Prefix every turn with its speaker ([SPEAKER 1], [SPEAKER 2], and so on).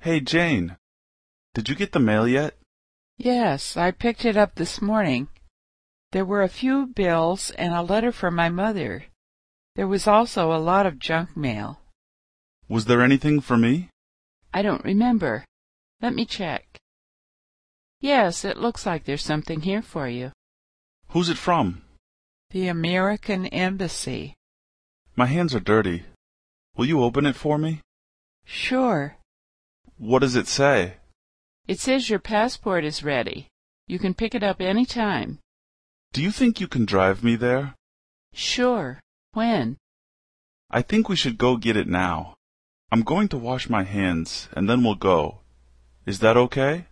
[SPEAKER 1] Hey, Jane. Did you get the mail yet?
[SPEAKER 2] Yes, I picked it up this morning. There were a few bills and a letter from my mother. There was also a lot of junk mail.
[SPEAKER 1] Was there anything for me?
[SPEAKER 2] I don't remember. Let me check. Yes, it looks like there's something here for you.
[SPEAKER 1] Who's it from?
[SPEAKER 2] The American Embassy.
[SPEAKER 1] My hands are dirty. Will you open it for me?
[SPEAKER 2] Sure.
[SPEAKER 1] What does it say?
[SPEAKER 2] It says your passport is ready. You can pick it up any time.
[SPEAKER 1] Do you think you can drive me there?
[SPEAKER 2] Sure. When?
[SPEAKER 1] I think we should go get it now. I'm going to wash my hands, and then we'll go. Is that okay?